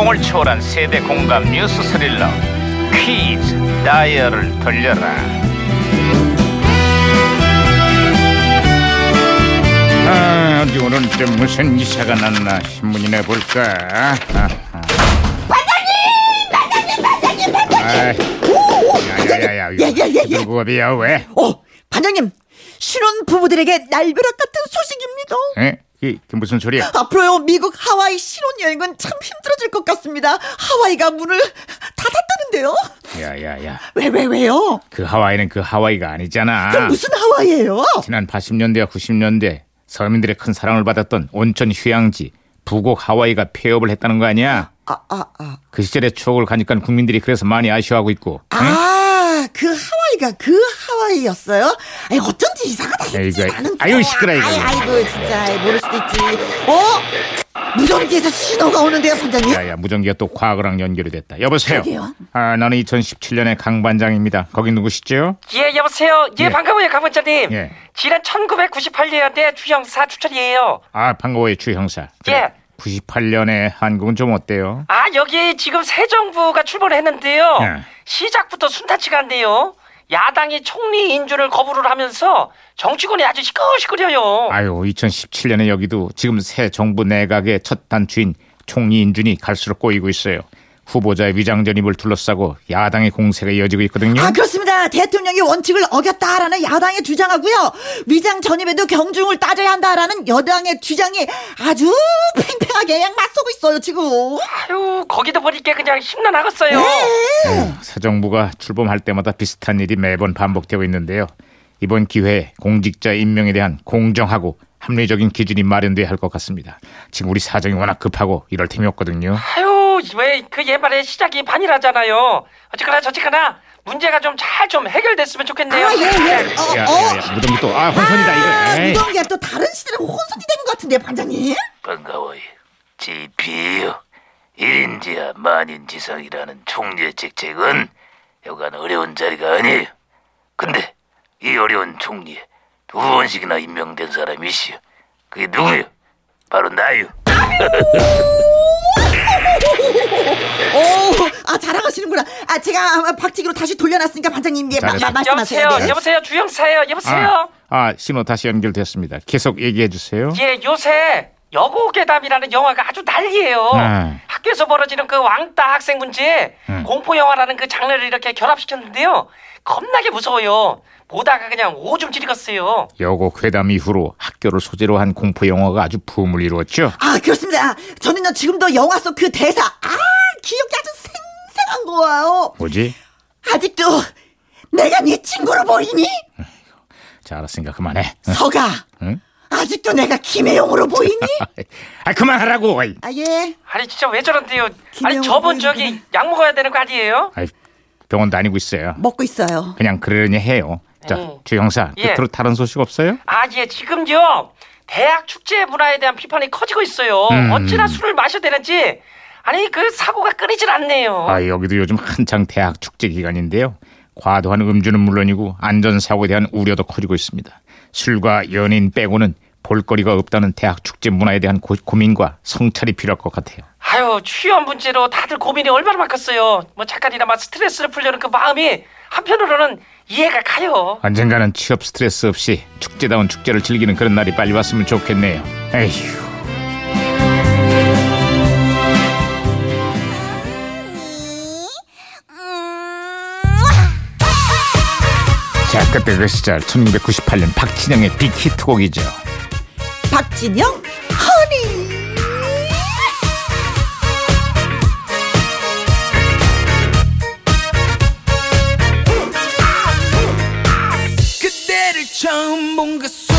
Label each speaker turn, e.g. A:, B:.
A: 감동을 초월한 세대 공감 뉴스 스릴러 퀴즈 다이얼을 돌려라 아, 어디 오늘 좀 무슨 기사가 났나 신문이나 볼까 아하. 아이, 야야야야
B: 예, 예, 예, 예.
A: 누구업이야 왜?
B: 어, 반장님 신혼 부부들에게 날벼락 같은 소식입니다.
A: 에? 이, 그 무슨 소리야?
B: 앞으로요 미국 하와이 신혼 여행은 참 힘들어질 것 같습니다. 하와이가 문을 닫았다는데요.
A: 야야야
B: 왜 왜 왜, 요
A: 그 하와이는 그 하와이가 아니잖아
B: 그럼 무슨 하와이예요?
A: 지난 80년대와 90년대 서민들의 큰 사랑을 받았던 온천 휴양지 부곡 하와이가 폐업을 했다는 거 아니야?
B: 아 아 아.
A: 그 시절의 추억을 가니깐 국민들이 그래서 많이 아쉬워하고 있고.
B: 아, 그 하와이가 그 하와이였어요? 아니, 어쩐지 이상하다. 했지,
A: 아이고,
B: 나는
A: 아유,
B: 그냥.
A: 시끄러, 이거.
B: 아이, 아이고, 진짜. 아이, 모를 수도 있지. 어? 무전기에서 신호가 오는데요, 반장님?
A: 야야 무전기가 또 과거랑 연결이 됐다. 여보세요.
B: 저기요?
A: 아 나는 2017년의 강 반장입니다. 거기 누구시죠?
C: 예, 여보세요. 예,
A: 예.
C: 반가워요, 강원장님.
A: 예.
C: 지난 1998년대 주영사 추천이에요.
A: 아 반가워요 추 형사.
C: 예.
A: 98년에 한국은 좀 어때요?
C: 아, 여기 지금 새 정부가 출범했는데요.
A: 예.
C: 시작부터 순탄치가 않네요. 야당이 총리 인준을 거부를 하면서 정치권이 아주 시끌시끌해요.
A: 아유 2017년에 여기도 지금 새 정부 내각의 첫 단추인 총리 인준이 갈수록 꼬이고 있어요. 후보자의 위장 전입을 둘러싸고 야당의 공세가 이어지고 있거든요.
B: 아, 그렇습니다. 대통령이 원칙을 어겼다라는 야당의 주장하고요. 위장 전입에도 경중을 따져야 한다라는 여당의 주장이 아주 팽팽하게 양 맞서고 있어요, 지금.
C: 아유, 거기도 보니까 그냥 심란하겠어요.
A: 예.
B: 네. 그-
A: 새 정부가 출범할 때마다 비슷한 일이 매번 반복되고 있는데요. 이번 기회에 공직자 임명에 대한 공정하고 합리적인 기준이 마련돼야 할 것 같습니다. 지금 우리 사정이 워낙 급하고 이럴 틈이 없거든요.
C: 아유, 왜 그 옛말에 시작이 반이라잖아요. 어쨌거나 저쨌거나 문제가 좀 잘 좀 해결됐으면 좋겠네요.
B: 아, 예, 예. 어,
A: 야, 야,
B: 어.
A: 야, 무덤이 또, 아, 혼선이다,
B: 아,
A: 이거. 에이.
B: 무전기가 또 다른 시대랑 혼선이 된 것 같은데요, 반장님?
D: 반가워요. JP예요. 1인지하 만인지상이라는 총리의 직책은 여간 어려운 자리가 아니에요. 근데 이 어려운 총리에 두 번씩이나 임명된 사람이시요. 그게 누구요? 바로 나요.
B: 오, 아 자랑하시는구나. 아 제가 아마 박치기로 다시 돌려놨으니까 반장님 예, 마,
A: 잘했어.
B: 마, 말씀하세요.
C: 여보세요,
B: 네.
C: 여보세요, 주영사예요. 여보세요.
A: 아, 아, 신호 다시 연결됐습니다. 계속 얘기해 주세요.
C: 예, 요새 여고괴담이라는 영화가 아주 난리예요.
A: 네.
C: 학교에서 벌어지는 그 왕따 학생 문제, 공포 영화라는 그 장르를 이렇게 결합시켰는데요. 겁나게 무서워요. 보다가 그냥 오줌 지리겠어요.
A: 여고 괴담 이후로 학교를 소재로 한 공포 영화가 아주 붐을 이루었죠.
B: 아 그렇습니다. 아, 저는요 지금도 영화 속 그 대사 아 기억이 아주 생생한 거예요.
A: 뭐지?
B: 아직도 내가 네 친구로 보이니?
A: 자, 알았으니까 그만해.
B: 서가.
A: 응?
B: 아직도 내가 김혜영으로 보이니?
A: 아, 그만하라고. 아이.
B: 아 예.
C: 아니 진짜 왜 저런데요?
B: 김영우
C: 아니 저번
B: 선생님.
C: 저기 약 먹어야 되는 거 아니에요?
A: 아이, 병원 다니고 있어요.
B: 먹고 있어요.
A: 그냥 그러려니 해요. 자,
C: 네.
A: 주 형사,
C: 예.
A: 끝으로 다른 소식 없어요?
C: 아, 예, 지금요. 대학 축제 문화에 대한 비판이 커지고 있어요.
A: 음.
C: 어찌나 술을 마셔야 되는지. 아니 그 사고가 끊이질 않네요.
A: 아, 여기도 요즘 한창 대학 축제 기간인데요. 과도한 음주는 물론이고 안전사고에 대한 우려도 커지고 있습니다. 술과 연인 빼고는 볼거리가 없다는 대학 축제 문화에 대한 고, 고민과 성찰이 필요할 것 같아요.
C: 아유 취업 문제로 다들 고민이 얼마나 많겠어요. 뭐 잠깐이나마 스트레스를 풀려는 그 마음이 한편으로는 이해가 가요.
A: 언젠가는 취업 스트레스 없이 축제다운 축제를 즐기는 그런 날이 빨리 왔으면 좋겠네요. 에휴. 자, 그때 그 시절 1998년 박진영의 빅히트곡이죠.
B: 박진영 허니.
E: 그대를 처음 본 그 음, 그